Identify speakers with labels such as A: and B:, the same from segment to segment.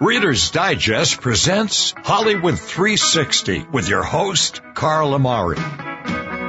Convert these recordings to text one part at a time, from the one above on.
A: Reader's Digest presents Hollywood 360 with your host, Carl Amari.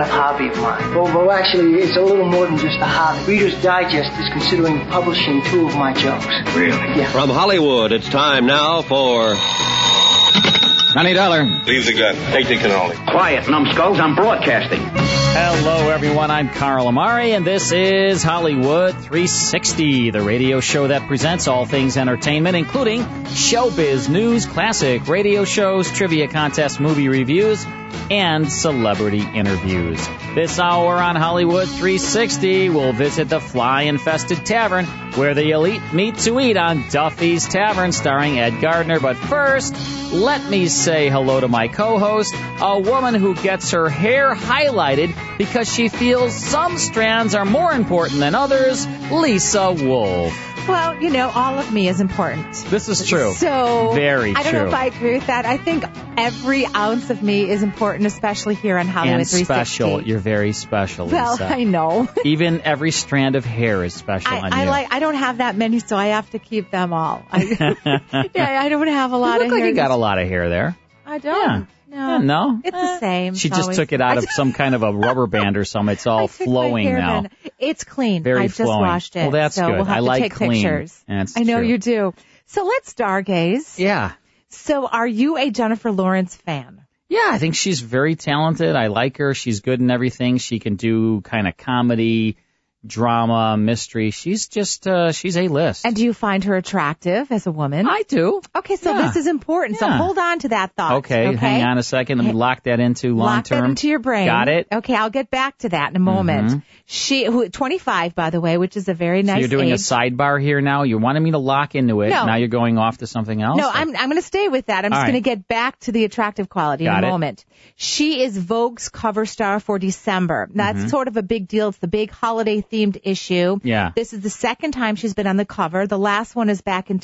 B: of hobby of mine. Well, well, actually, it's a little more than just a hobby. Reader's Digest is considering publishing two of my jokes.
C: Really?
B: Yeah.
D: From Hollywood, it's time now for. Johnny Dollar.
E: Leave the gun. Take the cannoli.
F: Quiet, numbskulls. I'm broadcasting.
G: Hello, everyone. I'm Carl Amari, and this is Hollywood 360, the radio show that presents all things entertainment, including showbiz news, classic radio shows, trivia contests, movie reviews, and celebrity interviews. This hour on Hollywood 360, we'll visit the fly infested tavern where the elite meet to eat on Duffy's Tavern, starring Ed Gardner. But first, let me say hello to my co host, a woman who gets her hair highlighted because she feels some strands are more important than others, Lisa Wolf.
H: Well, you know, all of me is important.
G: This is true.
H: So
G: Very
H: I don't know
G: true.
H: if I agree with that. I think every ounce of me is important, especially here on Hollywood
G: and
H: 360.
G: special. You're very special,
H: well,
G: Lisa.
H: I know.
G: Even every strand of hair is special on
H: I, I
G: you.
H: like. I don't have that many, so I have to keep them all. I, yeah, I don't have a
G: you
H: lot
G: look
H: of.
G: like
H: hair.
G: you got a lot of hair there.
H: I don't. No.
G: Yeah, no. Eh.
H: It's the same.
G: She
H: It's
G: just
H: always-
G: took it out of some kind of a rubber band or something. It's all
H: I took my
G: flowing now.
H: hairband. It's clean.
G: Very
H: I just
G: flowing.
H: washed it.
G: Well, that's
H: so
G: good.
H: We'll have
G: I
H: to
G: like
H: take
G: clean.
H: pictures.
G: That's
H: I know
G: true.
H: you do. So let's stargaze.
G: Yeah.
H: So, are you a Jennifer Lawrence fan?
G: Yeah, I think she's very talented. I like her. She's good in everything. She can do kind of comedy, drama, mystery. She's just uh she's a list.
H: And do you find her attractive as a woman?
G: I do.
H: okay, so
G: Yeah.
H: this is important.
G: Yeah.
H: So hold on to that thought.
G: Okay, hang on a second. Let me lock that into long
H: Lock
G: term.
H: that into your brain. Oh,
G: Got it. Mm-hmm.
H: Okay, I'll get back to that in a moment. She, who, 25, by the way, which is a very nice
G: so you're doing a
H: age.
G: sidebar here now. You wanted me to lock into it.
H: No.
G: Now you're going off to something else.
H: No, I'm I'm going to stay with that. I'm
G: All
H: just
G: right.
H: going to get back to the attractive quality
G: Got
H: in a
G: it.
H: moment. She is Vogue's cover star for December. That's
G: Mm-hmm.
H: sort of a big deal. It's the big holiday themed issue.
G: Yeah.
H: This is the second time she's been on the cover. The last one is back in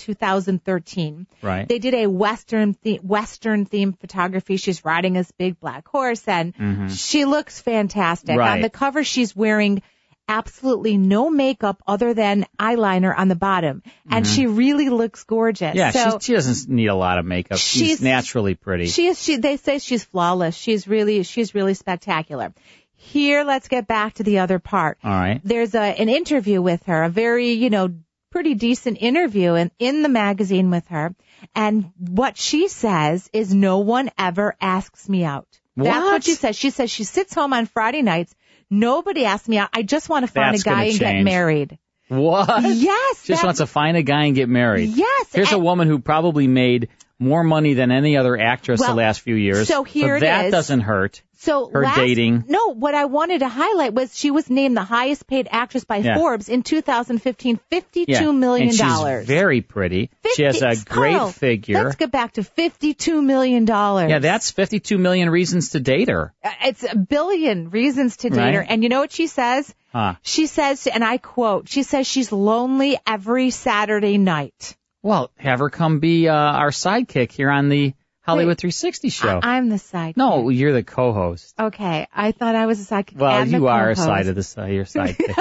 H: 2013.
G: Right.
H: They did a western the- western themed photography. She's riding this big black horse and she looks fantastic.
G: Mm-hmm. Right.
H: On the cover she's wearing absolutely no makeup other than eyeliner on the bottom and she really looks gorgeous.
G: Mm-hmm. Yeah,
H: so,
G: she, she doesn't need a lot of makeup. She's,
H: She's-
G: naturally pretty.
H: she is. She. They say she's flawless. She's really. She's really spectacular. Here, let's get back to the other part.
G: All right.
H: There's a an interview with her, a very you know pretty decent interview in in the magazine with her, and what she says is no one ever asks me out. That's
G: What?
H: what she says. She says she sits home on Friday nights. Nobody asks me out. I just want to find
G: That's
H: a guy
G: gonna
H: and
G: change.
H: get married.
G: What?
H: Yes.
G: Just
H: that-
G: wants to find a guy and get married.
H: Yes,
G: Here's a
H: and-
G: woman who probably made more money than any other actress the
H: Well,
G: last few years.
H: so here
G: but
H: it
G: that
H: is.
G: doesn't hurt.
H: So
G: her
H: last-
G: dating.
H: No, what I wanted to highlight was she was named the highest paid actress by
G: Yeah.
H: Forbes in 2015,
G: Yeah.
H: fifty-two million
G: and she's
H: dollars. oh,
G: Very pretty. she has a great
H: Carl,
G: figure.
H: Let's get back to fifty-two million dollars. Uh,
G: yeah, that's 52 million reasons to date her.
H: it's a billion reasons to date
G: Right.
H: her. And you know what she says?
G: Huh.
H: She says, and I quote, she says she's lonely every Saturday night.
G: Well, have her come be uh, our sidekick here on the Hollywood 360 show.
H: I- am the side.
G: no, you're the co-host.
H: Okay, I thought I was a sidekick.
G: Well,
H: and
G: you
H: the
G: are a
H: co-host.
G: side of the side. You're sidekick.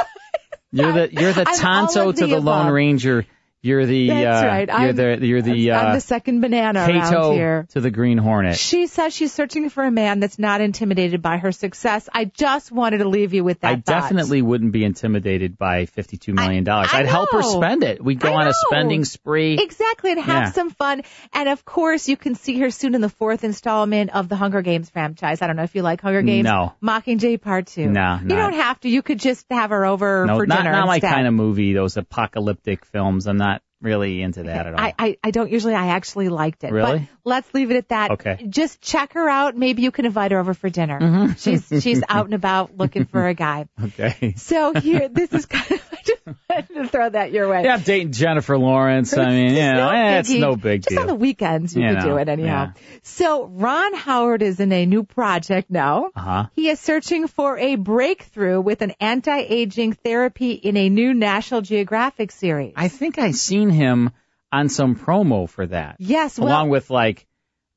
G: you're the you're the
H: I'm all
G: Tonto
H: of
G: to
H: the
G: the Lone
H: above.
G: Ranger. You're the
H: That's
G: uh,
H: right.
G: you're
H: I'm-
G: the you're the
H: I'm
G: uh,
H: the second banana around
G: Cato
H: here.
G: to the Green Hornet.
H: She says she's searching for a man that's not intimidated by her success. I just wanted to leave you with that.
G: I
H: thought.
G: definitely wouldn't be intimidated by fifty-two million dollars.
H: I
G: I'd help her
H: know.
G: spend it. We'd go
H: I
G: on a
H: know.
G: spending spree.
H: Exactly, and have
G: Yeah.
H: some fun. And of course, you can see her soon in the fourth installment of the Hunger Games franchise. I don't know if you like Hunger Games.
G: No.
H: Mockingjay Part Two.
G: No,
H: you
G: not-
H: don't have to. You could just have her over
G: no,
H: for
G: not
H: dinner.
G: not my
H: instead.
G: kind of movie. Those apocalyptic films. I'm not really into that at all.
H: I, I, I don't usually. I actually liked it.
G: Really?
H: But let's leave it at that.
G: Okay. Mm-hmm.
H: Just check her out. Maybe you can invite her over for dinner. She's she's out and about looking for a guy.
G: okay.
H: So here, this is kind of. I just throw that your way.
G: Yeah, I'm dating Jennifer Lawrence. I mean, you know, eh, it's
H: biggie.
G: no big
H: Just
G: deal.
H: on the weekends you,
G: You
H: could
G: know,
H: do it anyhow. So Ron Howard is in a new project now.
G: Uh-huh.
H: He is searching for a breakthrough with an anti-aging therapy in a new National Geographic series.
G: I think I seen him on some promo for that.
H: Yes, well-
G: along with like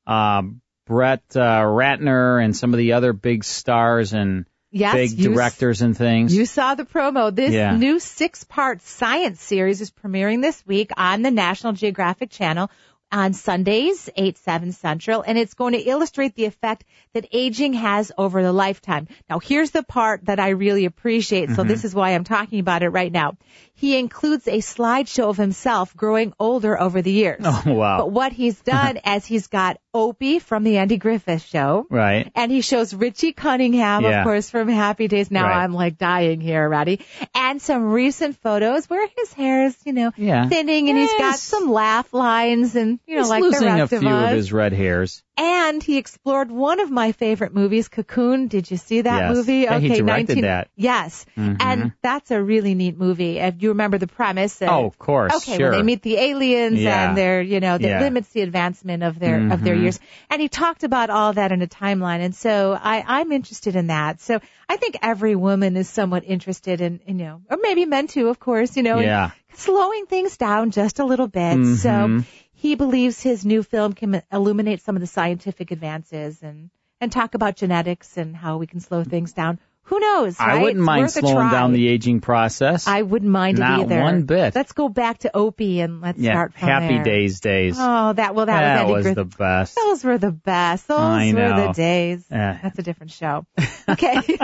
G: um, Brett uh, Ratner and some of the other big stars and
H: Yes,
G: big
H: you s-
G: directors and things.
H: You saw the promo. This
G: Yeah.
H: new six-part science series is premiering this week on the National Geographic Channel on Sundays, 8, 7 Central, and it's going to illustrate the effect that aging has over the lifetime. Now, here's the part that I really appreciate,
G: Mm-hmm.
H: so this is why I'm talking about it right now. He includes a slideshow of himself growing older over the years.
G: Oh, wow.
H: But what he's done as he's got Opie from the Andy Griffith Show.
G: right.
H: And he shows Richie Cunningham,
G: Yeah.
H: of course, from Happy Days. Now
G: Right.
H: I'm like dying here already. And some recent photos where his hair is, you know,
G: Yeah.
H: thinning and he's got
G: Yes.
H: some laugh lines and, you know,
G: He's
H: like the
G: losing a
H: rest of
G: few
H: us.
G: of his red hairs.
H: and he explored one of my favorite movies, Cocoon. Did you see that
G: Yes.
H: movie?
G: Yeah, he directed that. Mm-hmm.
H: Yes. And that's a really neat movie. If you remember the premise. and-
G: Oh, of course,
H: Okay,
G: sure.
H: when they meet the aliens
G: Yeah.
H: and their, you know, that
G: Yeah. Mm-hmm.
H: limits the advancement of their of their years. And he talked about all that in a timeline. And so I, I'm interested in that. So I think every woman is somewhat interested in, you know, or maybe men too, of course, you know, in
G: Yeah. Mm-hmm.
H: slowing things down just a little bit. So he believes his new film can illuminate some of the scientific advances and and talk about genetics and how we can slow things down. Who knows?
G: I
H: right?
G: wouldn't
H: It's
G: mind
H: worth a
G: slowing
H: try.
G: down the aging process.
H: I wouldn't mind
G: Not
H: it either.
G: one bit.
H: Let's go back to Opie and let's
G: yeah,
H: start from
G: happy
H: there.
G: days days.
H: Oh, that well, that,
G: that
H: was
G: was
H: Eddie
G: the
H: Griffin.
G: best.
H: Those were the best. Those
G: I
H: were the
G: know.
H: days.
G: Eh.
H: That's a different show. Okay,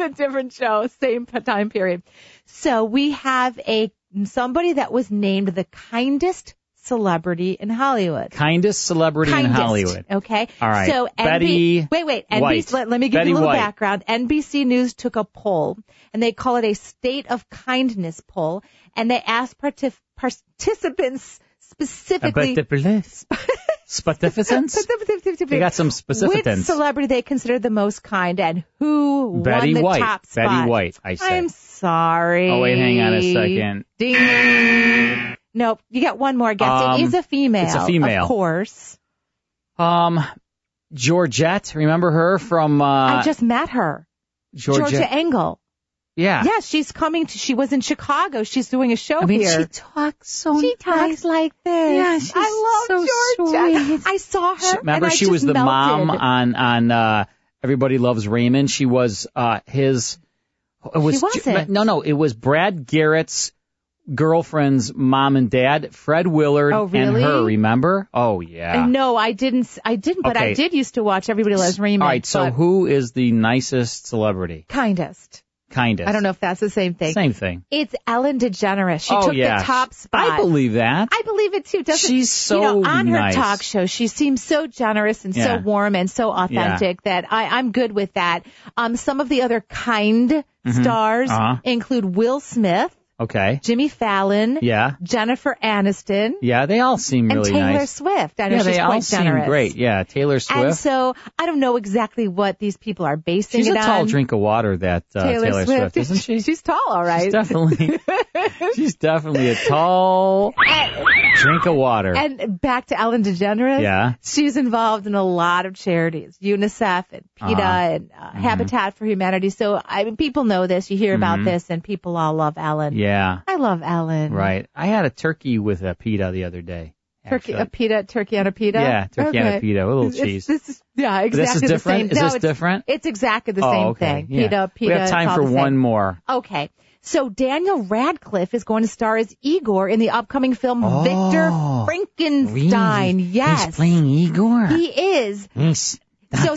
H: a different show, same p- time period. So we have a somebody that was named the kindest celebrity in Hollywood.
G: Kindest celebrity in
H: Kindest, Oh,
G: Hollywood. Uh,
H: Okay.
G: All right.
H: So NB-
G: Betty
H: wait, wait.
G: White.
H: NBC, let, let me give
G: Betty
H: you a little
G: White.
H: background. NBC News took a poll, and they call it a state of kindness poll, and they asked partif- participants specifically.
G: Spatificence? Spatificence? They got some
H: Which
G: specificens.
H: celebrity they considered the most kind, and who
G: Betty
H: won the
G: White.
H: top spot?
G: Betty White, I said.
H: I'm sorry.
G: Oh, wait, hang on a second.
H: Ding. Nope, you got one more guess.
G: Um,
H: it is a female.
G: it's a female.
H: Of course.
G: Um, Georgette, remember her from uh,
H: I just met her.
G: Georgia? Ah.
H: Georgia Engel.
G: Yeah.
H: Yes, she's coming to. She was in Chicago. She's doing a show
G: I mean,
H: here.
G: she talks so.
H: She talks like this.
G: Yeah, she's
H: I love
G: so
H: Georgia.
G: sweet.
H: I saw her.
G: She- remember,
H: and I
G: she
H: just
G: was the
H: melted.
G: mom on on uh, Everybody Loves Raymond. She was uh, his. It was
H: She wasn't.
G: no, no. It was Brad Garrett's girlfriend's mom and dad, Fred Willard,
H: Oh,
G: and
H: really?
G: her. Remember? Oh yeah.
H: No, I didn't. s- I didn't, but I
G: Okay.
H: did used to watch Everybody Loves Raymond.
G: All right. So
H: but
G: who is the nicest celebrity?
H: kindest?
G: Kindest.
H: I don't know if that's the same thing.
G: Same thing.
H: It's Ellen DeGeneres. She
G: oh
H: took
G: yeah.
H: the top spot.
G: I believe that.
H: I believe it too. Doesn't
G: She's so
H: you know, on her
G: nice.
H: talk show, she seems so generous and
G: Yeah.
H: so warm and so authentic that I, I'm good with that. Um, some of the other kind stars
G: Uh-huh.
H: include Will Smith,
G: okay.
H: Jimmy Fallon,
G: Yeah.
H: Jennifer Aniston,
G: Yeah. They all seem
H: and
G: really
H: Taylor
G: nice.
H: Swift. I know
G: yeah,
H: she's
G: they
H: quite
G: all
H: generous.
G: seem great. Yeah, Taylor Swift.
H: And so I don't know exactly what these people are basing
G: She's
H: it
G: a
H: on.
G: tall drink of water, that uh,
H: Taylor, Swift,
G: isn't she?
H: She's tall, all right.
G: She's definitely, she's definitely a tall drink of water.
H: And back to Ellen DeGeneres.
G: Yeah.
H: She's involved in a lot of charities, UNICEF and PETA
G: Uh-huh.
H: and uh, Habitat for Humanity. So, I mean, people know this. You hear about this and people all love Ellen.
G: Mm-hmm. yeah,
H: I love Ellen.
G: right. I had a turkey with a pita the other day.
H: Turkey,
G: actually.
H: a pita, turkey on a pita?
G: Yeah, turkey on a
H: Okay.
G: pita with a little
H: It's-
G: cheese.
H: This is, yeah, exactly
G: this is
H: the
G: different?
H: same.
G: Is
H: no,
G: this
H: it's,
G: different?
H: It's exactly the same
G: oh, okay.
H: thing.
G: yeah.
H: Pita, pita.
G: We have
H: it's
G: time
H: all
G: for
H: the same.
G: one more.
H: Okay. So Daniel Radcliffe is going to star as Igor in the upcoming film Victor
G: Oh,
H: Frankenstein.
G: Really?
H: Yes.
G: He's playing Igor.
H: He is.
G: He's
H: So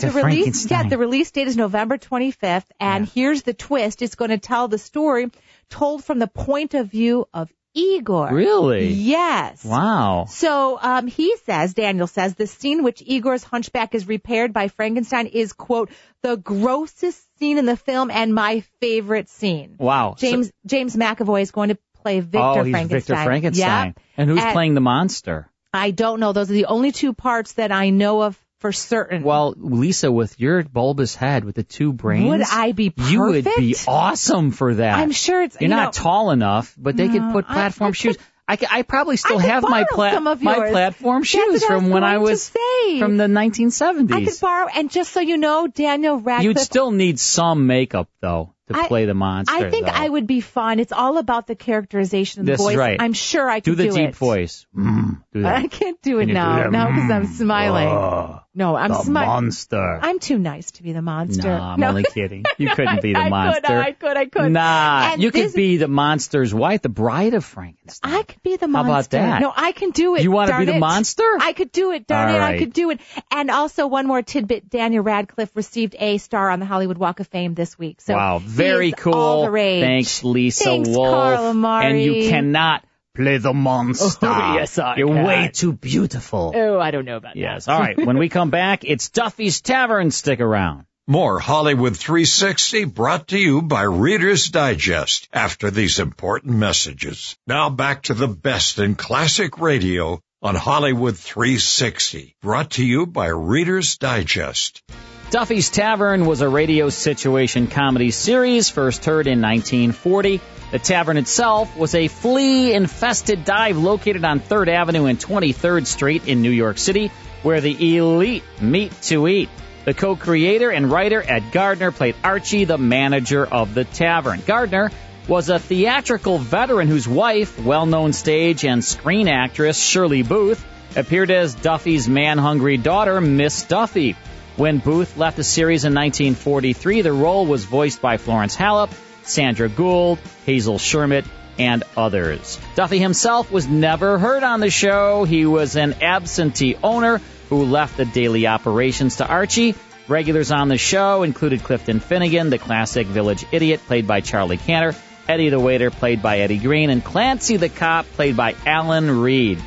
G: Dr.
H: the release, yeah,
G: Frankenstein.
H: the release date is November 25th, and here's the twist: it's going to tell the story told from the point of view of Igor.
G: Really?
H: Yes.
G: Wow.
H: So um, he says, Daniel says, the scene which Igor's hunchback is repaired by Frankenstein is quote the grossest scene in the film and my favorite scene.
G: Wow. So-
H: James James McAvoy is going to play Victor
G: oh, he's
H: Frankenstein.
G: Victor Frankenstein.
H: Yep.
G: And who's
H: And-
G: playing the monster?
H: I don't know. Those are the only two parts that I know of for certain.
G: Well, Lisa, with your bulbous head with the two brains,
H: would I be perfect?
G: You would be awesome for that.
H: I'm sure it's.
G: You're
H: you
G: not
H: know,
G: tall enough, but they could
H: No,
G: put
H: I-
G: platform
H: I
G: shoes.
H: could-
G: I, c- I probably still
H: I could
G: have my
H: borrow
G: pla-
H: some of
G: my
H: yours.
G: platform
H: That's
G: shoes
H: what I was
G: from when I
H: going to
G: was
H: say.
G: from the 1970s.
H: I could borrow, and just so you know, Daniel Radcliffe.
G: You'd still need some makeup though to
H: I-
G: play the monster.
H: I think
G: though.
H: I would be fun. It's all about the characterization of
G: This
H: the
G: is
H: voice.
G: right.
H: I'm sure I
G: do
H: could
G: the deep
H: it.
G: voice. Mm, do
H: I
G: that.
H: can't do it
G: Can you do
H: now,
G: that? Mm.
H: now because I'm smiling.
G: Oh,
H: no, I'm
G: the
H: smiling.
G: monster.
H: I'm too nice to be the monster.
G: No, I'm only kidding. You couldn't be the
H: I
G: monster.
H: Could, I could. I could.
G: Nah,
H: And
G: you
H: this-
G: could be the monster's wife, the bride of Frankenstein.
H: I could be the
G: How
H: monster.
G: about that?
H: No, I can do it.
G: You wanna
H: darn
G: be the
H: it.
G: monster?
H: I could do it. Darn
G: All
H: it, I
G: right.
H: could do it. And also, one more tidbit: Daniel Radcliffe received a star on the Hollywood Walk of Fame this week. So
G: wow,
H: he
G: very
H: is
G: cool.
H: All the rage.
G: Thanks, Lisa
H: Thanks,
G: Wolf.
H: Carl Amari.
G: And you cannot play the monster.
H: Oh, yes, I
G: You're
H: can.
G: way too beautiful.
H: Oh, I don't know about
G: Yes. All right. When we come back, it's Duffy's Tavern. Stick around.
A: More Hollywood 360 brought to you by Reader's Digest after these important messages. Now back to the best in classic radio on Hollywood 360 brought to you by Reader's Digest.
G: Duffy's Tavern was a radio situation comedy series first heard in 1940. The tavern itself was a flea infested dive located on 3rd Avenue and 23rd Street in New York City, where the elite meet to eat. The co creator and writer Ed Gardner played Archie, the manager of the tavern. Gardner was a theatrical veteran whose wife, well known stage and screen actress Shirley Booth, appeared as Duffy's man hungry daughter, Miss Duffy. When Booth left the series in 1943, the role was voiced by Florence Hallop, Sandra Gould, Hazel Shermitt, and others. Duffy himself was never heard on the show. He was an absentee owner who left the daily operations to Archie. Regulars on the show included Clifton Finnegan, the classic village idiot, played by Charlie Cantor, Eddie the waiter, played by Eddie Green, and Clancy the cop, played by Alan Reed.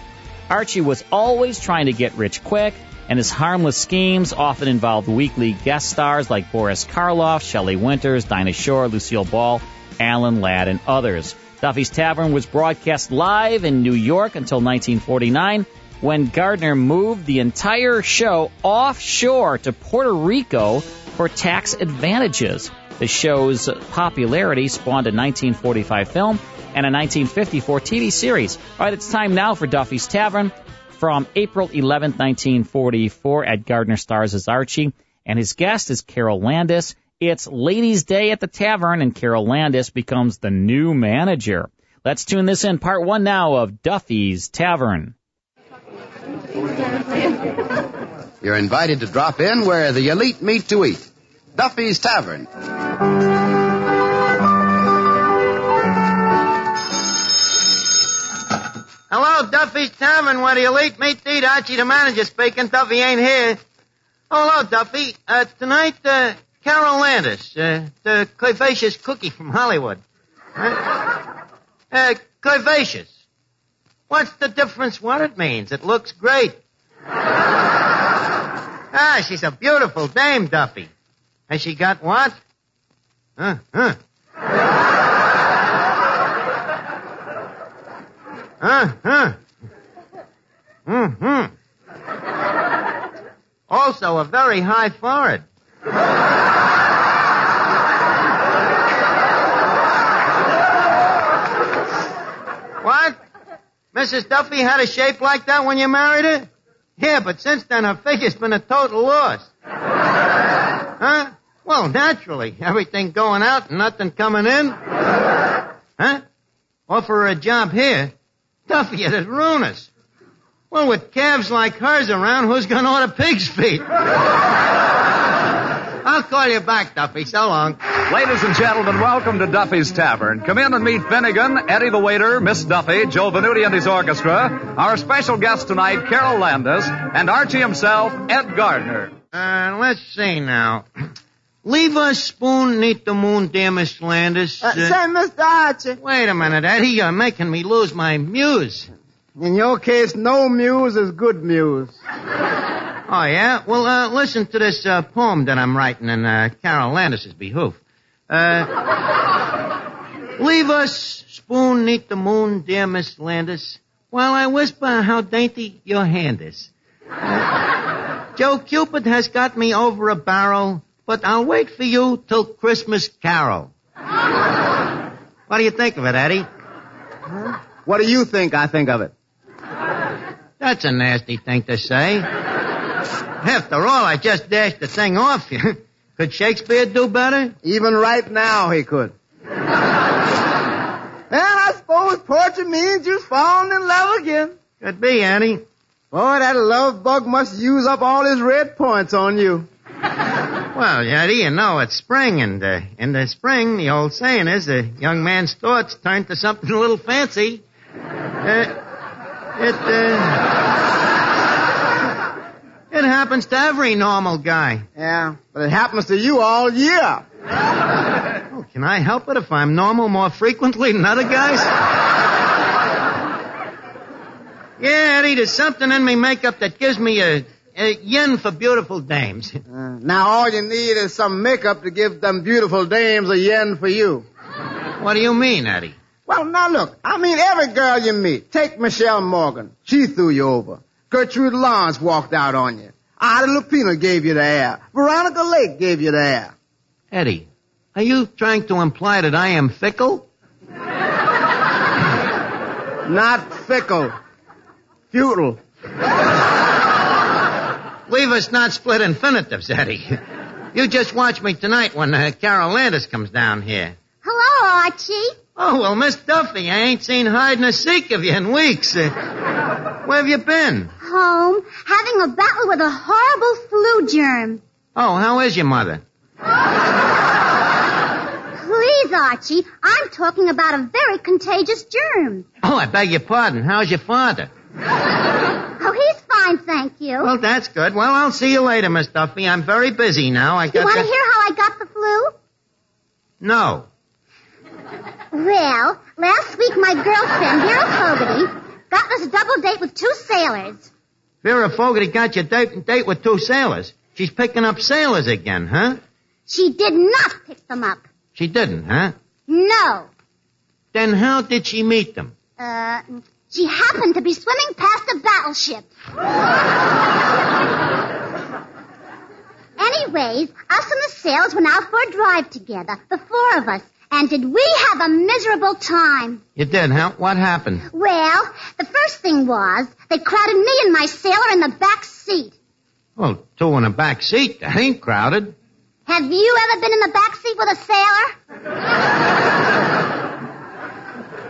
G: Archie was always trying to get rich quick, and his harmless schemes often involved weekly guest stars like Boris Karloff, Shelley Winters, Dinah Shore, Lucille Ball, Alan Ladd, and others. Duffy's Tavern was broadcast live in New York until 1949, when Gardner moved the entire show offshore to Puerto Rico for tax advantages. The show's popularity spawned a 1945 film and a 1954 TV series. All right, it's time now for Duffy's Tavern. From April 11, 1944, Ed Gardner stars as Archie, and his guest is Carol Landis. It's Ladies' Day at the Tavern, and Carol Landis becomes the new manager. Let's tune this in, part one now of Duffy's Tavern.
I: You're invited to drop in where the elite meet to eat. Duffy's Tavern.
J: Hello, Duffy's Tavern, where the elite meet eat. Archie, the manager, speaking. Duffy ain't here. Oh, hello, Duffy. Uh, tonight, uh, Carol Landis, uh, the curvaceous cookie from Hollywood. Huh? Uh, curvaceous. What's the difference what it means? It looks great. ah, she's a beautiful dame, Duffy. Has she got what? Uh-huh. Huh, huh. Huh, huh. Uh-huh. Mm-hmm. Also, a very high forehead. what? Mrs. Duffy had a shape like that when you married her? Yeah, but since then her figure's been a total loss. huh? Well, naturally. Everything going out and nothing coming in. huh? Offer her a job here. Duffy, it'd ruin us. Well, with calves like hers around, who's going to order pig's feet? I'll call you back, Duffy. So long.
K: Ladies and gentlemen, welcome to Duffy's Tavern. Come in and meet Finnegan, Eddie the waiter, Miss Duffy, Joe Venuti and his orchestra, our special guest tonight, Carol Landis, and Archie himself, Ed Gardner.
J: Uh, let's see now. Leave a spoon neat the moon, dear Miss Landis.
L: Uh, say, Mr. Archie.
J: Wait a minute, Eddie. You're making me lose my muse.
L: In your case, no muse is good muse.
J: Oh, yeah? Well, uh, listen to this uh, poem that I'm writing in uh, Carol Landis's behoof. Uh, leave us spoon neat the moon, dear Miss Landis, while I whisper how dainty your hand is. Joe Cupid has got me over a barrel, but I'll wait for you till Christmas Carol. what do you think of it, Eddie?
L: Huh? What do you think I think of it?
J: That's a nasty thing to say. After all, I just dashed the thing off you. could Shakespeare do better?
L: Even right now, he could. And I suppose torture means you're falling in love again.
J: Could be, Annie.
L: Boy, that love bug must use up all his red points on you.
J: Well, Eddie, you know, it's spring, and uh, in the spring, the old saying is a young man's thoughts turn to something a little fancy. Uh, it, uh, it happens to every normal guy.
L: Yeah, but it happens to you all year.
J: Oh, can I help it if I'm normal more frequently than other guys? yeah, Eddie, there's something in me makeup that gives me a, a yin for beautiful dames. Uh,
L: now all you need is some makeup to give them beautiful dames a yin for you.
J: What do you mean, Eddie?
L: Well, now look, I mean every girl you meet. Take Michelle Morgan. She threw you over. Gertrude Lawrence walked out on you. Ida Lupino gave you the air. Veronica Lake gave you the air.
J: Eddie, are you trying to imply that I am fickle?
L: Not fickle. Futile.
J: Leave us not split infinitives, Eddie. You just watch me tonight when uh, Carol Landis comes down here.
M: Hello, Archie.
J: Oh, well, Miss Duffy, I ain't seen hide nor seek of you in weeks. Uh, where have you been?
M: Home, having a battle with a horrible flu germ.
J: Oh, how is your mother?
M: Please, Archie, I'm talking about a very contagious germ.
J: Oh, I beg your pardon. How's your father?
M: Oh, he's fine, thank you.
J: Well, that's good. Well, I'll see you later, Miss Duffy. I'm very busy now. I got.
M: You want to
J: the...
M: hear how I got the flu?
J: No.
M: Well, last week my girlfriend, Vera Fogarty, got us a double date with two sailors.
J: Vera Fogarty got you a date, date with two sailors. She's picking up sailors again, huh?
M: She did not pick them up.
J: She didn't, huh?
M: No.
J: Then how did she meet them?
M: Uh, she happened to be swimming past a battleship. Anyways, us and the sailors went out for a drive together, the four of us. And did we have a miserable time?
J: You did, huh? What happened?
M: Well, the first thing was they crowded me and my sailor in the back seat.
J: Well, two in the back seat they ain't crowded.
M: Have you ever been in the back seat with a sailor?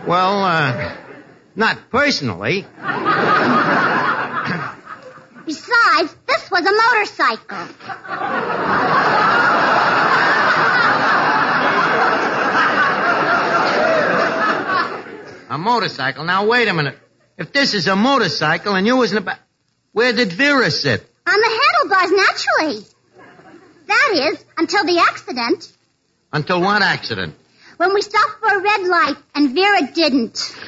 J: well, uh, not personally.
M: Besides, this was a motorcycle.
J: A motorcycle. Now wait a minute. If this is a motorcycle and you was in a ba- where did Vera sit?
M: On the handlebars, naturally. That is, until the accident.
J: Until what accident?
M: When we stopped for a red light and Vera didn't.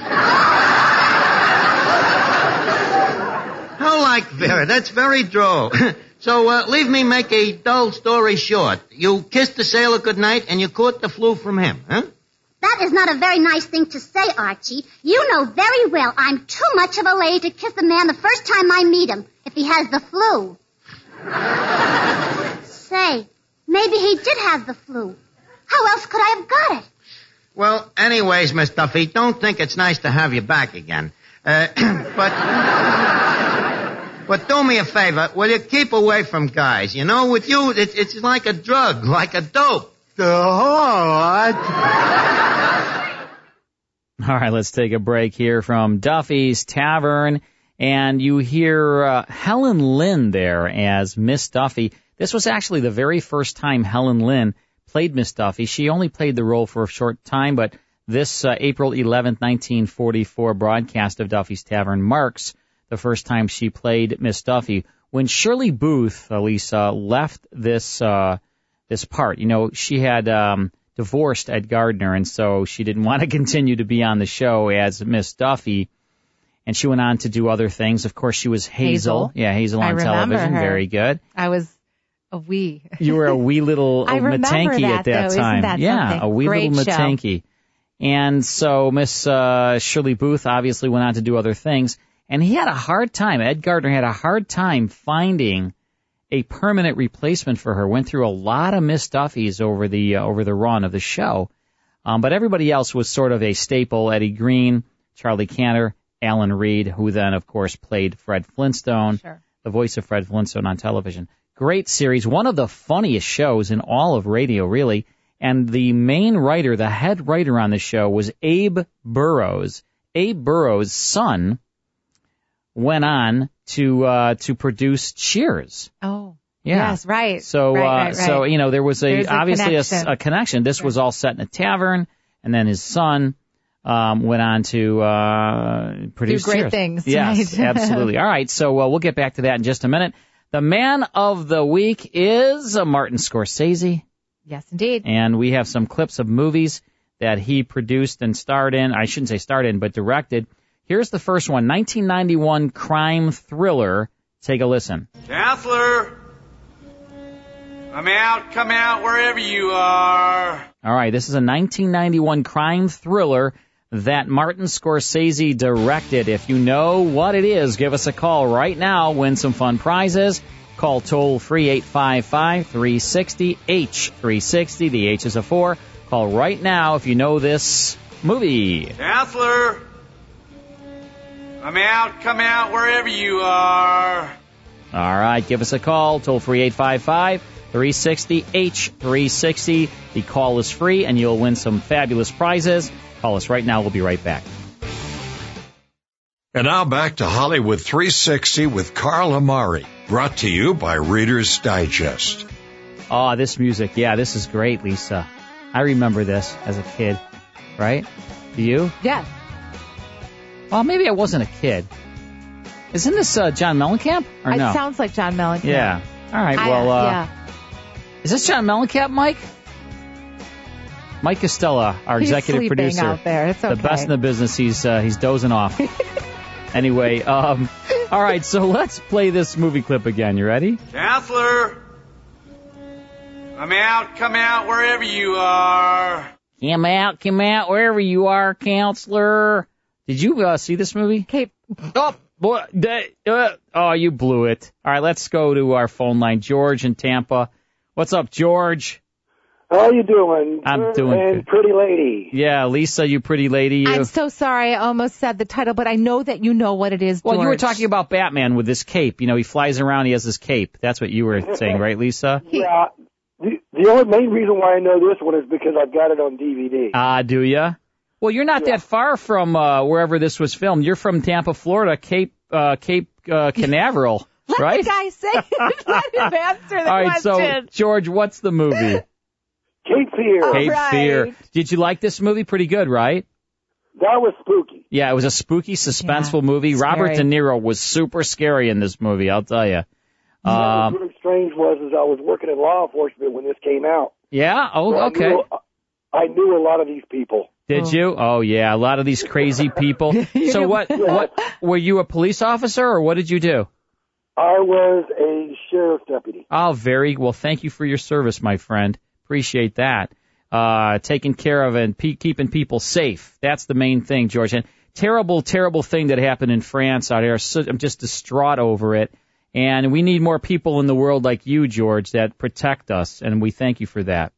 J: How like Vera? That's very droll. so uh, leave me make a dull story short. You kissed the sailor goodnight and you caught the flu from him, huh?
M: That is not a very nice thing to say, Archie. You know very well I'm too much of a lady to kiss a man the first time I meet him, if he has the flu. say, maybe he did have the flu. How else could I have got it?
J: Well, anyways, Miss Duffy, don't think it's nice to have you back again. Uh, but, but do me a favor, will you keep away from guys? You know, with you, it, it's like a drug, like a dope.
L: Oh,
G: all right, let's take a break here from Duffy's Tavern. And you hear uh, Helen Lynn there as Miss Duffy. This was actually the very first time Helen Lynn played Miss Duffy. She only played the role for a short time, but this uh, April 11th, 1944 broadcast of Duffy's Tavern marks the first time she played Miss Duffy. When Shirley Booth, Elisa, left this, uh, this part, you know, she had, um, divorced Ed Gardner, and so she didn't want to continue to be on the show as Miss Duffy. And she went on to do other things. Of course, she was Hazel.
H: Hazel.
G: Yeah, Hazel
H: I
G: on
H: remember
G: television.
H: her.
G: Very good.
H: I was a wee.
G: You were a wee little
H: I remember
G: Matanki
H: that,
G: at that
H: though. Isn't
G: time.
H: that
G: yeah,
H: something?
G: a wee
H: Great
G: little
H: show.
G: Matanki. And so Miss uh, Shirley Booth obviously went on to do other things. And he had a hard time. Ed Gardner had a hard time finding a permanent replacement for her. Went through a lot of Miss Duffy's over the uh, over the run of the show, um, but everybody else was sort of a staple: Eddie Green, Charlie Cantor, Alan Reed, who then of course played Fred Flintstone,
H: Sure.
G: the voice of Fred Flintstone on television. Great series, one of the funniest shows in all of radio, really. And the main writer, the head writer on the show was Abe Burrows. Abe Burrows' son went on to uh, to produce Cheers.
H: Oh.
G: Yeah.
H: Yes, right.
G: So,
H: right,
G: uh,
H: right, right.
G: so you know, there was a
H: There's a
G: obviously a s-
H: connection.
G: A, connection. This was all set in a tavern, and then his son um, went on to uh, produce
H: great
G: Cheers.
H: things,
G: Yes,
H: right?
G: absolutely. All right, so uh, we'll get back to that in just a minute. The man of the week is uh, Martin Scorsese,
H: yes, indeed.
G: and we have some clips of movies that he produced and starred in. I shouldn't say starred in, but directed. Here's the first one, 1991 crime thriller. Take a listen.
N: Chancellor! Come out, come out, wherever you are.
G: All right, this is a 1991 crime thriller that Martin Scorsese directed. If you know what it is, give us a call right now. Win some fun prizes. Call toll free 855 360 H360. The H is a 4. Call right now if you know this movie.
N: Chancellor! Come out, come out, wherever you are.
G: All right, give us a call, toll free 855 360 H360. The call is free and you'll win some fabulous prizes. Call us right now. We'll be right back.
A: And now back to Hollywood 360 with Carl Amari, brought to you by Reader's Digest.
G: Oh, this music. Yeah, this is great, Lisa. I remember this as a kid, right? Do you?
H: Yeah.
G: Well, maybe I wasn't a kid. Isn't this uh, John Mellencamp? Or
H: it
G: no?
H: sounds like John Mellencamp.
G: yeah. All right.
H: I-
G: Well, uh,
H: yeah.
G: is this John Mellencamp, Mike? Mike Costella, our
H: He's
G: executive
H: sleeping
G: producer,
H: out there. It's
G: the
H: okay.
G: best in the business. He's uh, he's dozing off. anyway, um, all right. So let's play this movie clip again. You ready?
N: Chancellor! Come out, come out, wherever you are.
G: Come out, come out, wherever you are, counselor. Did you uh, see this movie?
H: Cape.
G: Oh, boy. That, uh, oh, you blew it. All right, let's go to our phone line. George in Tampa. What's up, George?
O: How you doing?
G: I'm
O: Good
G: doing
O: and
G: good.
O: pretty lady.
G: Yeah, Lisa, you pretty lady. You.
H: I'm so sorry I almost said the title, but I know that you know what it is,
G: well, you were
H: George.
G: talking about Batman with this cape. You know, he flies around, he has this cape. That's what you were saying, right, Lisa?
O: Yeah. The, the only main reason why I know this one is because I've got it on DVD.
G: Ah, do ya? Well, you're not that far from uh, wherever this was filmed. You're from Tampa, Florida, Cape uh, Cape uh, Canaveral, right?
H: The guy say it. Let him answer the
G: All right, so
H: question.
G: George, what's the movie?
O: Cape Fear.
G: Cape Fear. Did you like this movie? Pretty good, right?
O: That was spooky.
G: Yeah, it was a spooky, suspenseful movie. Robert De
O: Scary.
G: Niro was super scary in this movie, I'll tell you.
O: what was
G: Um,
O: really strange was is I was working in law enforcement when this came out.
G: yeah.
O: So
G: Oh,
O: I
G: okay.
O: knew- I knew a lot of these people.
G: Did you? Oh, yeah. A lot of these crazy people. So what? What? Were you a police officer, or what did you do?
O: I was a sheriff's deputy.
G: Oh, very well. Thank you for your service, my friend. Appreciate that. Uh, taking care of and pe- keeping people safe. That's the main thing, George. And terrible, terrible thing that happened in France out here. So, I'm just distraught over it. And we need more people in the world like you, George, that protect us. And we thank you for that.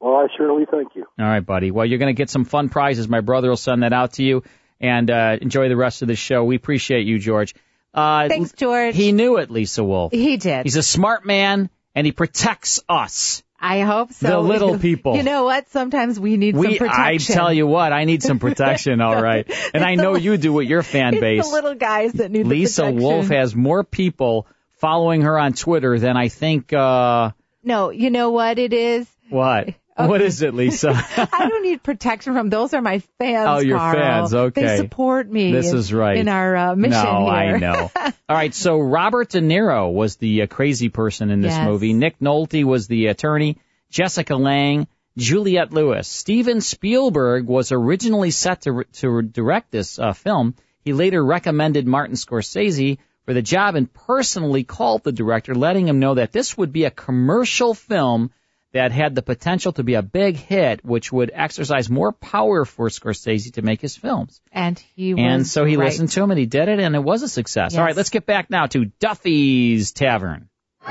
O: Well, I surely thank you.
G: All right, buddy. Well, you're going to get some fun prizes. My brother will send that out to you. And uh, enjoy the rest of the show. We appreciate you, George. Uh,
H: Thanks, George.
G: He knew it, Lisa Wolf.
H: He did.
G: He's a smart man, and he protects us.
H: I hope so.
G: The little people.
H: You know what? Sometimes we need some
G: We, I
H: protection.
G: tell you what, I need some protection, all right. And I know you do with your fan
H: it's
G: base.
H: the little guys that need
G: Lisa
H: the protection.
G: Wolf has more people following her on Twitter than I think. Uh,
H: No, you know what it is?
G: what? What is it, Lisa?
H: I don't need protection from those are my fans.
G: Oh, your
H: Carl.
G: fans, okay.
H: They support me.
G: This
H: in-
G: is right.
H: In our uh, mission
G: no,
H: here.
G: I know. All right, so Robert De Niro was the uh, crazy person in this
H: Yes.
G: movie. Nick Nolte was the attorney. Jessica Lange, Juliette Lewis. Steven Spielberg was originally set to to direct this uh, film. He later recommended Martin Scorsese for the job and personally called the director, letting him know that this would be a commercial film that had the potential to be a big hit, which would exercise more power for Scorsese to make his films.
H: And he
G: And
H: was
G: so he
H: right.
G: listened to him and he did it and it was a success. All right,
H: Yes.
G: let's get back now to Duffy's Tavern.
J: Oh,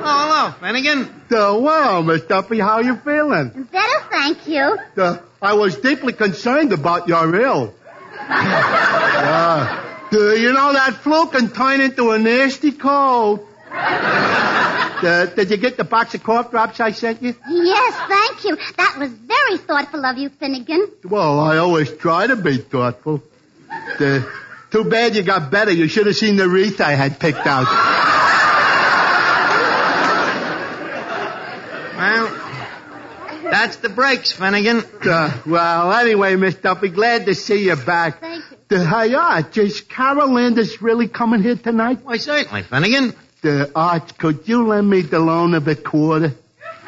J: hello, Finnegan.
L: So, well, Miss Duffy, how you feeling?
M: Better, thank you.
L: Uh, I was deeply concerned about your ill. Uh, do you know that flu can turn into a nasty cold? Uh, did you get the box of cough drops I sent you?
M: Yes, thank you. That was very thoughtful of you, Finnegan.
L: Well, I always try to be thoughtful. Uh, too bad you got better. You should have seen the wreath I had picked out.
J: Well, that's the breaks, Finnegan.
L: Uh, well, anyway, Miss Duffy, glad to see you back.
M: Thank you.
L: Uh, hey, Arch, is Carol Landis really coming here tonight?
J: Why, certainly, Finnegan.
L: Uh, Arch, could you lend me the loan of a quarter?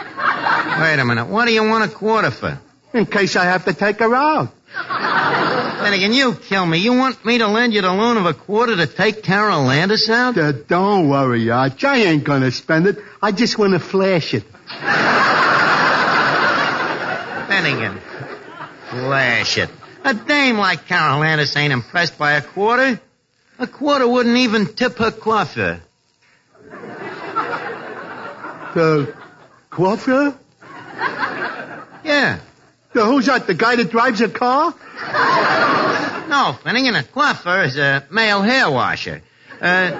J: Wait a minute. What do you want a quarter for?
L: In case I have to take her out.
J: Finnegan, you kill me. You want me to lend you the loan of a quarter to take Carol Landis out?
L: Uh, don't worry, Arch. I ain't gonna spend it. I just wanna flash it.
J: Finnegan. Flash it. A dame like Carol Landis ain't impressed by a quarter. A quarter wouldn't even tip her coiffure.
L: The coiffure?
J: Yeah.
L: The, who's that? The guy that drives a car?
J: No, Finnegan, a coiffure is a male hair washer. Uh,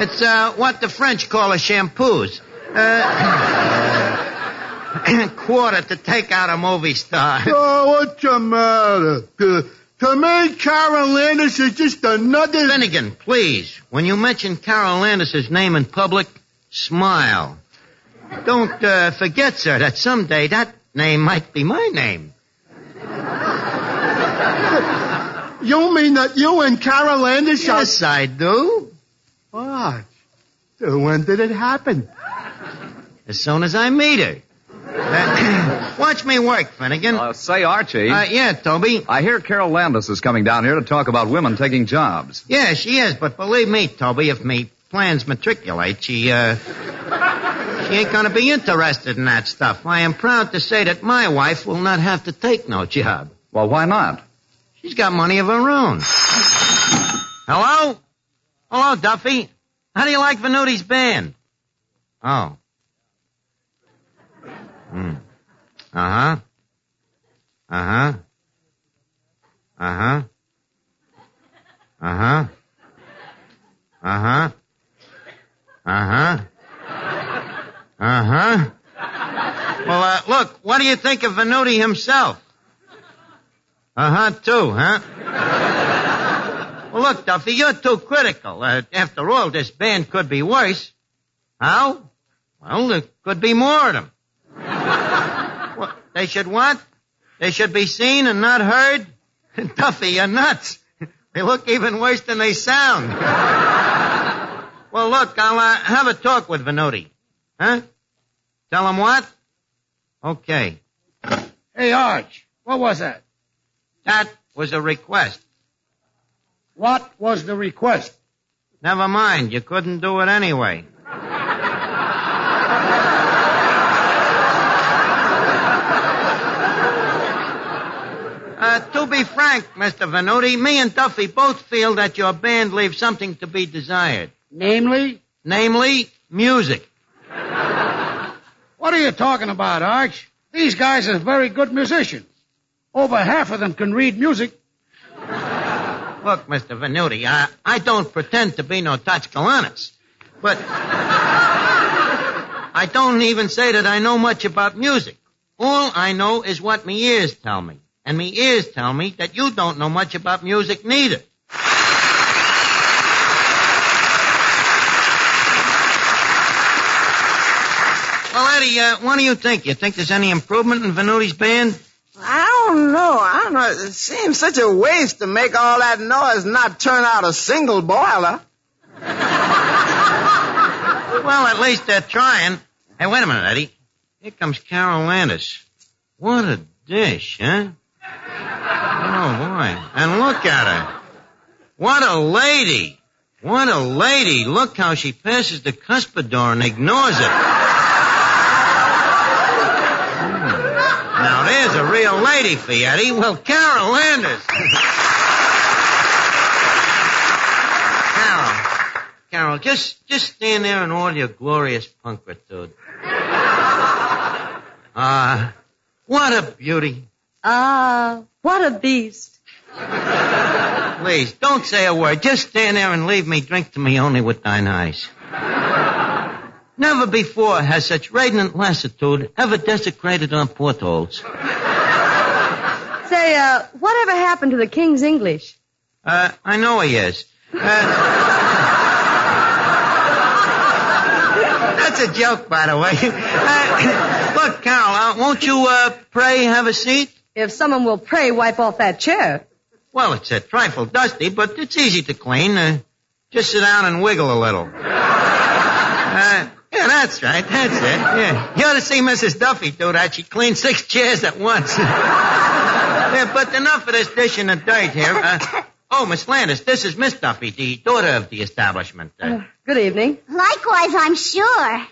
J: It's uh, what the French call a shampoos. Uh, quarter to take out a movie star.
L: Oh, what's the matter? Uh, to me, Carol Landis is just another.
J: Finnegan, please. When you mention Carol Landis's name in public, smile. Don't uh, forget, sir, that someday that name might be my name.
L: You mean that you and Carol Landis are-
J: Yes, I do.
L: What? When did it happen?
J: As soon as I meet her. Uh, watch me work, Finnegan.
K: Uh, say, Archie.
J: Uh, yeah, Toby.
K: I hear Carol Landis is coming down here to talk about women taking jobs.
J: Yeah, she is, but believe me, Toby, if me plans matriculate, she, uh, she ain't gonna be interested in that stuff. I am proud to say that my wife will not have to take no job.
K: Well, why not?
J: She's got money of her own. Hello? Hello, Duffy. How do you like Venuti's band? Oh. Hmm. Uh huh. Uh huh. Uh huh. Uh huh. Uh huh. Uh huh. Uh huh. Well, uh, look, what do you think of Venuti himself? Uh huh, too, huh? Well, look, Duffy, you're too critical. Uh, after all, this band could be worse. How? Well, there could be more of them. well, they should what? They should be seen and not heard? Duffy, you're nuts. they look even worse than they sound. well, look, I'll uh, have a talk with Venuti. Huh? Tell him what? Okay.
P: Hey, Arch, what was that?
J: That was a request.
P: What was the request?
J: Never mind. You couldn't do it anyway. uh, to be frank, Mr. Venuti, me and Duffy both feel that your band leaves something to be desired.
P: Namely?
J: Namely, music.
P: what are you talking about, Arch? These guys are very good musicians. Over half of them can read music.
J: Look, Mr. Venuti, I, I don't pretend to be no Toscalanis, but I don't even say that I know much about music. All I know is what me ears tell me, and me ears tell me that you don't know much about music neither. Well, Eddie, uh, what do you think? You think there's any improvement in Venuti's band?
Q: I don't know. I don't know. It seems such a waste to make all that noise and not turn out a single boiler.
J: well, at least they're trying. Hey, wait a minute, Eddie. Here comes Carol Landis. What a dish, huh? Oh, boy. And look at her. What a lady. What a lady. Look how she passes the cuspidor and ignores it. Hmm. Now, there's a real lady for you, Eddie. Well, Carol Landis. Carol, just just stand there in all your glorious punkritude. Ah, what a beauty.
L: Ah, what a beast.
J: Please, don't say a word. Just stand there and leave me. Drink to me only with thine eyes. Never before has such radiant lassitude ever desecrated our portholes.
L: Say, uh, whatever happened to the King's English?
J: Uh, I know he is. Uh, that's a joke, by the way. Uh, look, Carol, uh, won't you uh, pray have a seat?
L: If someone will pray, wipe off that chair.
J: Well, it's a trifle dusty, but it's easy to clean. Uh, just sit down and wiggle a little. Uh, yeah, that's right. That's it. Yeah. You ought to see Mrs. Duffy do that. She cleaned six chairs at once. yeah, but enough of this dish in the dirt here. Uh, oh, Miss Landis, this is Miss Duffy, the daughter of the establishment. Uh,
L: good evening.
R: Likewise, I'm sure.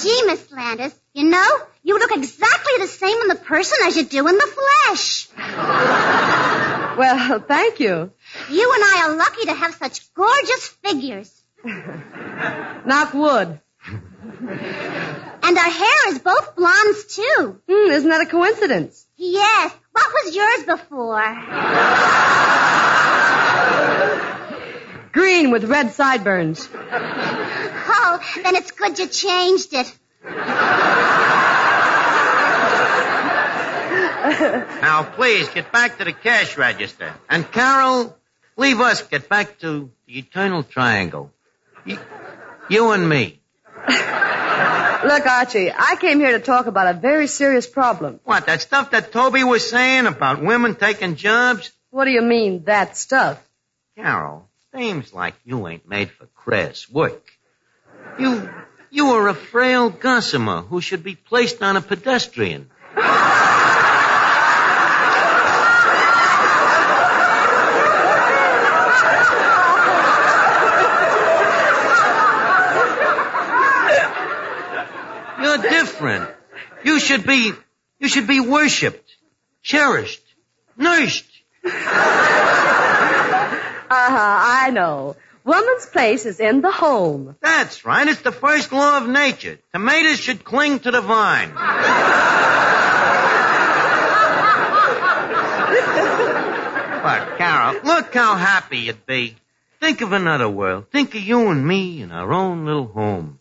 R: Gee, Miss Landis, you know, you look exactly the same in the person as you do in the flesh.
L: Well, thank you.
R: You and I are lucky to have such gorgeous figures.
L: Not wood.
R: And our hair is both blondes, too.
L: Hmm, isn't that a coincidence?
R: Yes. What was yours before?
L: Green with red sideburns.
R: Oh, then it's good you changed it.
J: now, please, get back to the cash register. And, Carol, leave us. Get back to the Eternal Triangle. You, you and me.
L: Look, Archie, I came here to talk about a very serious problem.
J: What, that stuff that Toby was saying about women taking jobs?
L: What do you mean, that stuff?
J: Carol, seems like you ain't made for crass work. You, you are a frail gossamer who should be placed on a pedestrian. You're different. You should be, you should be worshipped, cherished, nourished.
L: Uh huh, I know. Woman's place is in the home.
J: That's right. It's the first law of nature. Tomatoes should cling to the vine. but, Carol, look how happy you'd be. Think of another world. Think of you and me in our own little home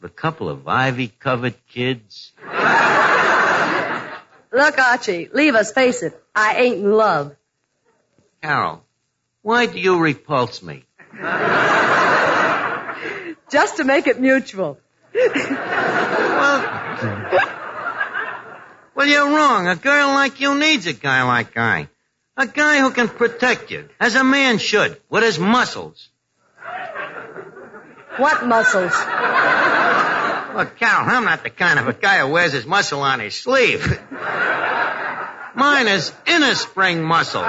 J: with a couple of ivy covered kids.
L: Look, Archie, leave us face it. I ain't in love.
J: Carol, why do you repulse me?
L: Just to make it mutual.
J: well, well, you're wrong. A girl like you needs a guy like I. A guy who can protect you, as a man should, with his muscles.
L: What muscles?
J: Look, Carol, I'm not the kind of a guy who wears his muscle on his sleeve. Mine is inner spring muscles.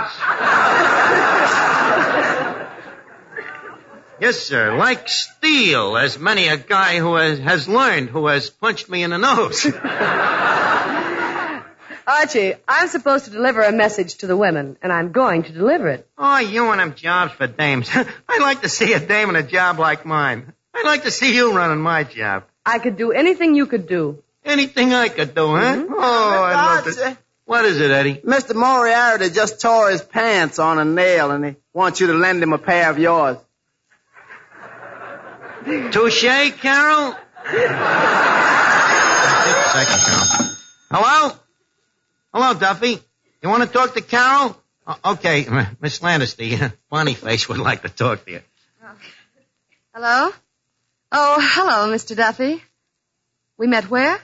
J: Yes, sir. Like steel, as many a guy who has, has, learned who has punched me in the nose.
L: Archie, I'm supposed to deliver a message to the women, and I'm going to deliver it.
J: Oh, you and them jobs for dames. I'd like to see a dame in a job like mine. I'd like to see you running my job.
L: I could do anything you could do.
J: Anything I could do, huh? Mm-hmm. Oh, I love it. What is it, Eddie?
S: Mr. uh, Moriarty just tore his pants on a nail, and he wants you to lend him a pair of yours.
J: Touche, Carol. second, Carol. Hello? Hello, Duffy. You want to talk to Carol? Uh, okay, Miss Landis, the uh, funny face would like to talk to you.
L: Oh. Hello? Oh, hello, Mr. Duffy. We met where?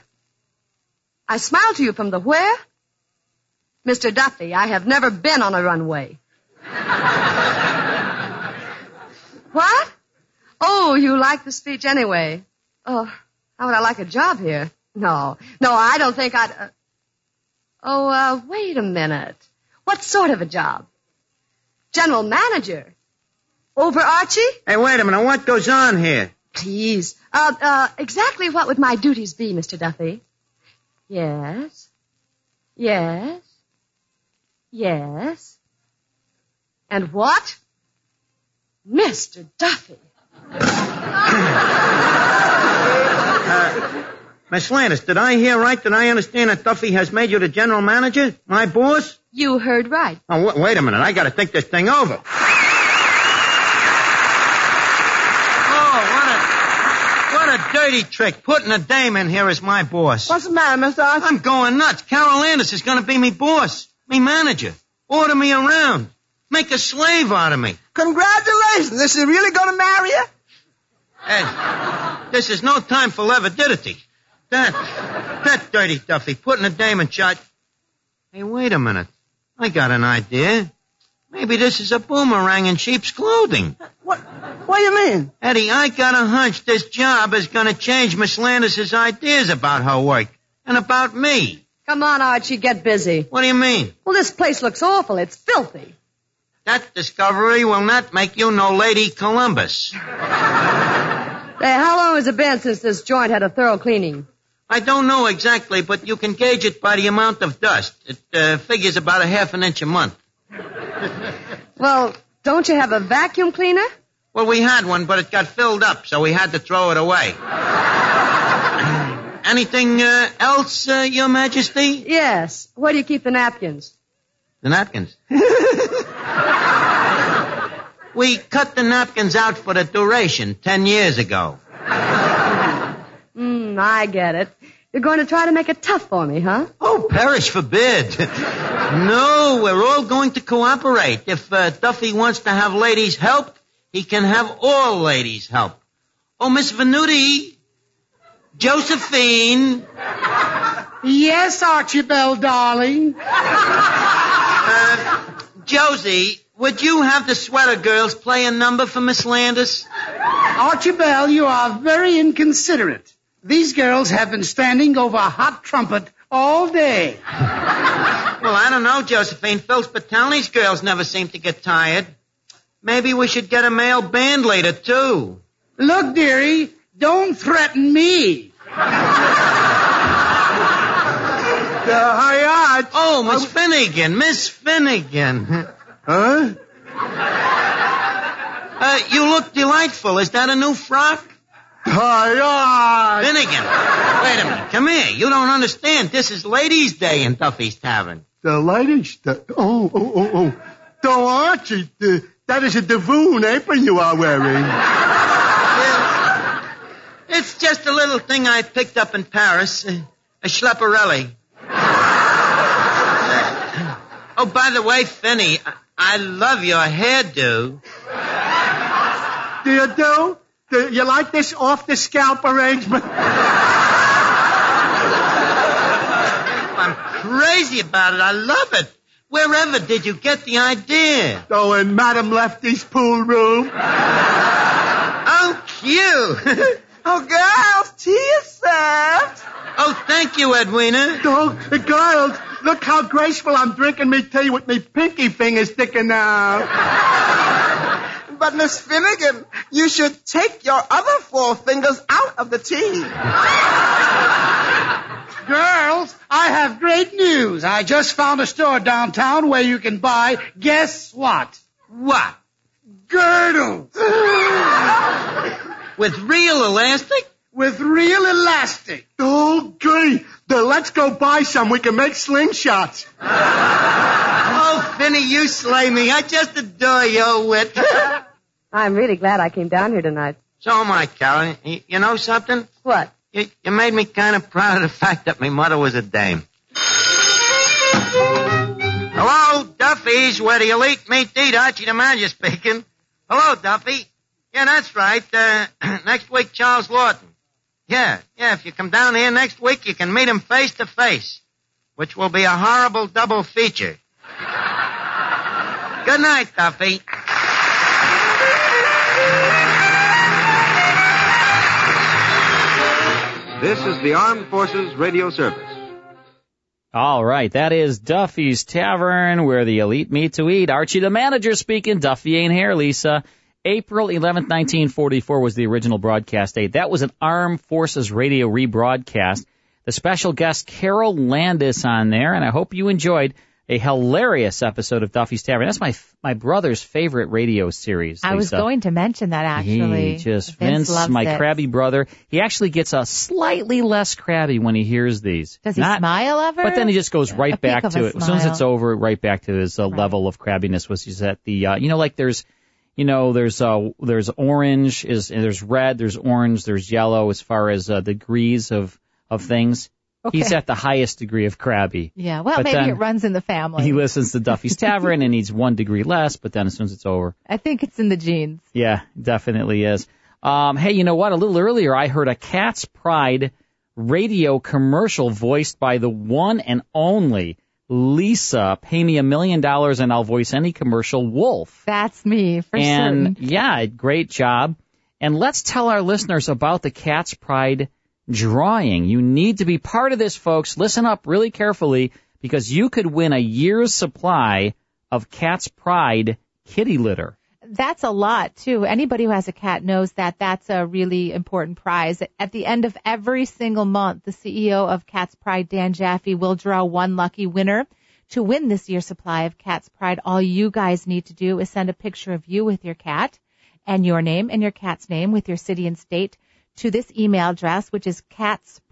L: I smiled to you from the where? Mr. Duffy, I have never been on a runway. what? Oh, you like the speech anyway. Oh, how would I like a job here? No, no, I don't think I'd. Uh... Oh, uh, wait a minute. What sort of a job? General manager? Over Archie?
J: Hey, wait a minute. What goes on here?
L: Please. Uh, uh, exactly what would my duties be, Mr. Duffy? Yes. Yes. Yes. And what? Mr. Duffy.
J: Miss Landis, did I hear right? Did I understand that Duffy has made you the general manager? My boss?
T: You heard right.
J: Oh, wa- wait a minute. I gotta think this thing over. Oh, what a, what a dirty trick. Putting a dame in here as my boss.
Q: What's the matter, Mr. Archie?
J: I'm going nuts. Carol Landis is gonna be me boss. Me manager. Order me around. Make a slave out of me.
Q: Congratulations. Is she really going to marry you?
J: Hey, this is no time for levidity. That, that dirty Duffy putting a dame in charge. Hey, wait a minute. I got an idea. Maybe this is a boomerang in sheep's clothing.
Q: What? What do you mean?
J: Eddie, I got a hunch this job is going to change Miss Landis's ideas about her work and about me.
T: Come on, Archie, get busy.
J: What do you mean?
T: Well, this place looks awful. It's filthy.
J: That discovery will not make you no Lady Columbus.
T: Hey, how long has it been since this joint had a thorough cleaning?
J: I don't know exactly, but you can gauge it by the amount of dust. It uh, figures about a half an inch a month.
T: Well, don't you have a vacuum cleaner?
J: Well, we had one, but it got filled up, so we had to throw it away. Anything uh, else, uh, Your Majesty?
T: Yes. Where do you keep the napkins?
J: The napkins? we cut the napkins out for the duration ten years ago.
T: Mm, I get it. You're going to try to make it tough for me, huh?
J: Oh, perish forbid. no, we're all going to cooperate. If uh, Duffy wants to have ladies help, he can have all ladies help. Oh, Miss Venuti, Josephine.
P: Yes, Archibald, darling.
J: Uh, Josie, would you have the sweater girls play a number for Miss Landis?
P: Archibald, you are very inconsiderate. These girls have been standing over a hot trumpet all day.
J: Well, I don't know, Josephine. Phil Spitali's girls never seem to get tired. Maybe we should get a male band leader, too.
P: Look, dearie, don't threaten me.
J: Uh, hi, Arch. Oh, Miss Finnegan, Miss Finnegan. Huh? Uh, you look delightful. Is that a new frock?
P: Hi, Arch.
J: Finnegan, wait a minute. Come here. You don't understand. This is Ladies' Day in Duffy's Tavern.
P: The ladies, the, oh, oh, oh, oh. The Archie, the, that is a Davoon apron you are wearing.
J: It's just a little thing I picked up in Paris. uh, A schlepperelli. oh, by the way, Finny, I, I love your hairdo.
P: Do you do? Do you like this off the scalp arrangement?
J: I'm crazy about it. I love it. Wherever did you get the idea?
P: Oh, in Madame Lefty's pool room.
J: Oh, cute.
Q: Oh, girls, tea is served.
J: oh, thank you, Edwina.
P: Oh, the girls, look how graceful I'm drinking me tea with me pinky finger sticking out.
Q: But Miss Finnegan, you should take your other four fingers out of the tea.
P: Girls, I have great news. I just found a store downtown where you can buy, guess what?
J: What?
P: Girdles
J: With real elastic?
P: with real elastic. Oh, goody. Then let's go buy some. We can make slingshots.
J: Oh, Finny, you slay me. I just adore your wit.
T: I'm really glad I came down here tonight.
J: so am I, Carol. You, you know something?
T: What?
J: You, you made me kind of proud of the fact that my mother was a dame. Hello, Duffy's, where the elite meet Deed. Archie the manager speaking. Hello, Duffy. Yeah, that's right. Uh, next week, Charles Lawton. Yeah, yeah, if you come down here next week, you can meet him face to face, which will be a horrible double feature. Good night, Duffy.
U: This is the Armed Forces Radio Service.
G: All right, that is Duffy's Tavern, where the elite meet to eat. Archie, the manager, speaking. Duffy ain't here, Lisa. April 11th, 1944 was the original broadcast date. That was an Armed Forces radio rebroadcast. The special guest, Carol Landis, on there, and I hope you enjoyed a hilarious episode of Duffy's Tavern. That's my my brother's favorite radio series.
H: I was
G: Lisa.
H: going to mention that actually.
G: He just
H: Vince
G: Vince,
H: loves
G: my
H: it.
G: crabby brother. He actually gets a slightly less crabby when he hears these.
H: Does he
G: Not-
H: smile ever?
G: But then he just goes
H: A
G: right
H: peak
G: back
H: of
G: to
H: a
G: it. As soon as
H: smile.
G: it's over, right back to his uh, level of crabbiness, which is at the uh, you know like there's you know there's uh there's orange is there's red there's orange there's yellow as far as uh, degrees of of things. He's
H: Okay.
G: at the highest degree of crabby.
H: Yeah, well,
G: But
H: maybe
G: then-
H: it runs in the family.
G: He listens to Duffy's Tavern and he's one degree less, but then as soon as it's over,
H: I think it's in the genes.
G: yeah, definitely is. Um, hey, you know what? A little earlier, I heard a Cat's Pride radio commercial voiced by the one and only Lisa. Pay me a million dollars and I'll voice any commercial. Wolf.
H: That's me for
G: and
H: certain.
G: yeah, great job. And let's tell our listeners about the Cat's Pride drawing. You need to be part of this, folks. Listen up really carefully because you could win a year's supply of Cat's Pride kitty litter.
H: That's a lot too. Anybody who has a cat knows that that's a really important prize. At the end of every single month, the CEO of Cat's Pride, Dan Jaffe, will draw one lucky winner. To win this year's supply of Cat's Pride, all you guys need to do is send a picture of you with your cat and your name and your cat's name with your city and state to this email address, which is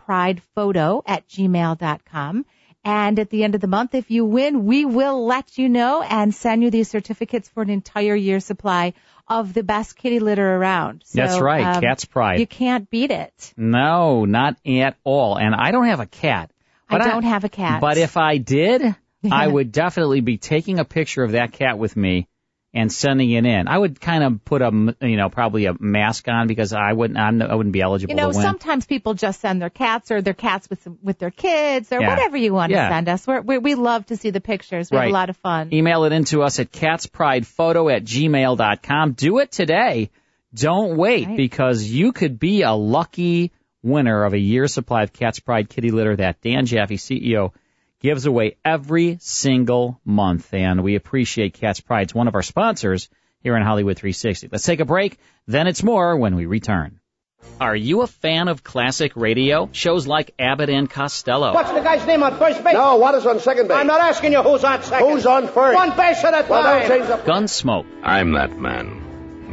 H: catspridephoto at gmail.com. And at the end of the month, if you win, we will let you know and send you these certificates for an entire year's supply of the best kitty litter around. So, um,
G: That's right, Cat's Pride.
H: You can't beat it.
G: No, not at all. And I don't have a cat. But
H: I don't have a cat.
G: But if I did,
H: Yeah.
G: I would definitely be taking a picture of that cat with me and sending it in. I would kind of put a, m- you know, probably a mask on because I wouldn't, I'm, no- I wouldn't be eligible
H: you know,
G: to win.
H: sometimes people just send their cats or their cats with with their kids or
G: Yeah.
H: whatever you want
G: Yeah.
H: to send us. We're, we we love to see the pictures. We have
G: Right.
H: a lot of fun.
G: Email it in to us at catspridephoto at gmail.com. Do it today. Don't wait because you could be a lucky winner of a year's supply of Cat's Pride kitty litter that Dan Jaffe, CEO, gives away every single month. And we appreciate Cat's Pride. It's one of our sponsors here on Hollywood 360. Let's take a break. Then it's more when we return. Are you a fan of classic radio? Shows like Abbott and Costello.
V: What's the guy's name on first base?
W: No, what is on second base?
V: I'm not asking you who's on second.
W: Who's on first?
V: One base at a time.
W: Well, don't change the-
G: Gunsmoke.
X: I'm that man.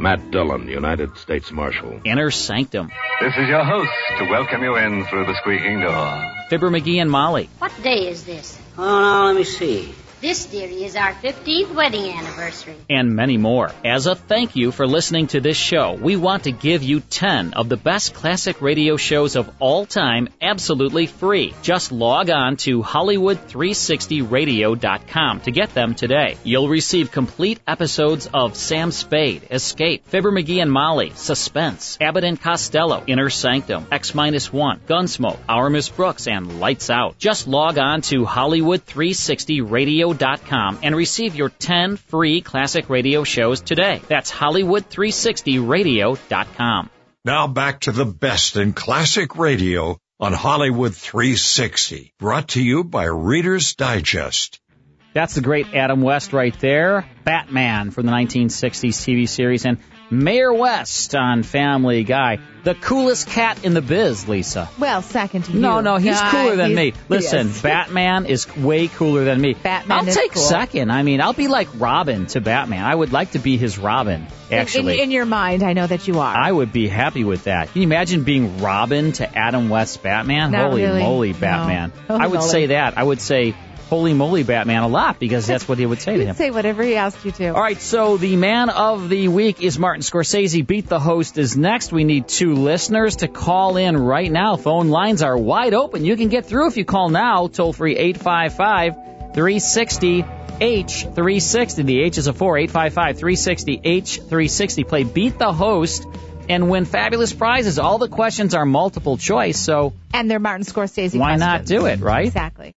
X: Matt Dillon, United States Marshal.
G: Inner Sanctum.
X: This is your host to welcome you in through the squeaking door.
G: Fibber McGee and Molly.
M: What day is this?
X: Oh, now let me see.
M: This, dearie, is our 15th wedding anniversary.
G: and many more. As a thank you for listening to this show, we want to give you 10 of the best classic radio shows of all time absolutely free. Just log on to Hollywood360radio.com to get them today. You'll receive complete episodes of Sam Spade, Escape, Fibber McGee and Molly, Suspense, Abbott and Costello, Inner Sanctum, X Minus One, Gunsmoke, Our Miss Brooks, and Lights Out. Just log on to Hollywood360radio.com and receive your 10 free classic radio shows today. That's Hollywood360radio.com.
A: Now back to the best in classic radio on Hollywood 360, brought to you by Reader's Digest.
G: That's the great Adam West right there. Batman from the 1960s TV series and Mayor West on Family Guy. The coolest cat in the biz, Lisa.
H: Well, second to you.
G: No, no, he's cooler than
H: he's-
G: me. Listen,
H: yes.
G: Batman is way cooler than me.
H: Batman
G: I'll
H: is
G: take
H: cool.
G: second. I mean, I'll be like Robin to Batman. I would like to be his Robin,
H: In-
G: actually.
H: in, in your mind, I know that you are.
G: I would be happy with that. Can you imagine being Robin to Adam West's Batman?
H: Not
G: holy
H: really.
G: moly,
H: No.
G: Batman.
H: Holy
G: I would
H: moly.
G: say that. I would say holy moly, Batman a lot because that's what he would say to him.
H: Say whatever he asked you to.
G: All right, so the man of the week is Martin Scorsese. Beat the host is next. We need two listeners to call in right now. Phone lines are wide open. You can get through if you call now. Toll free 855 360 H360. The H is a 4 855 360 H360. Play Beat the Host and win fabulous prizes. All the questions are multiple choice, so
H: And they're Martin Scorsese.
G: why not
H: questions.
G: do it, right?
H: Exactly.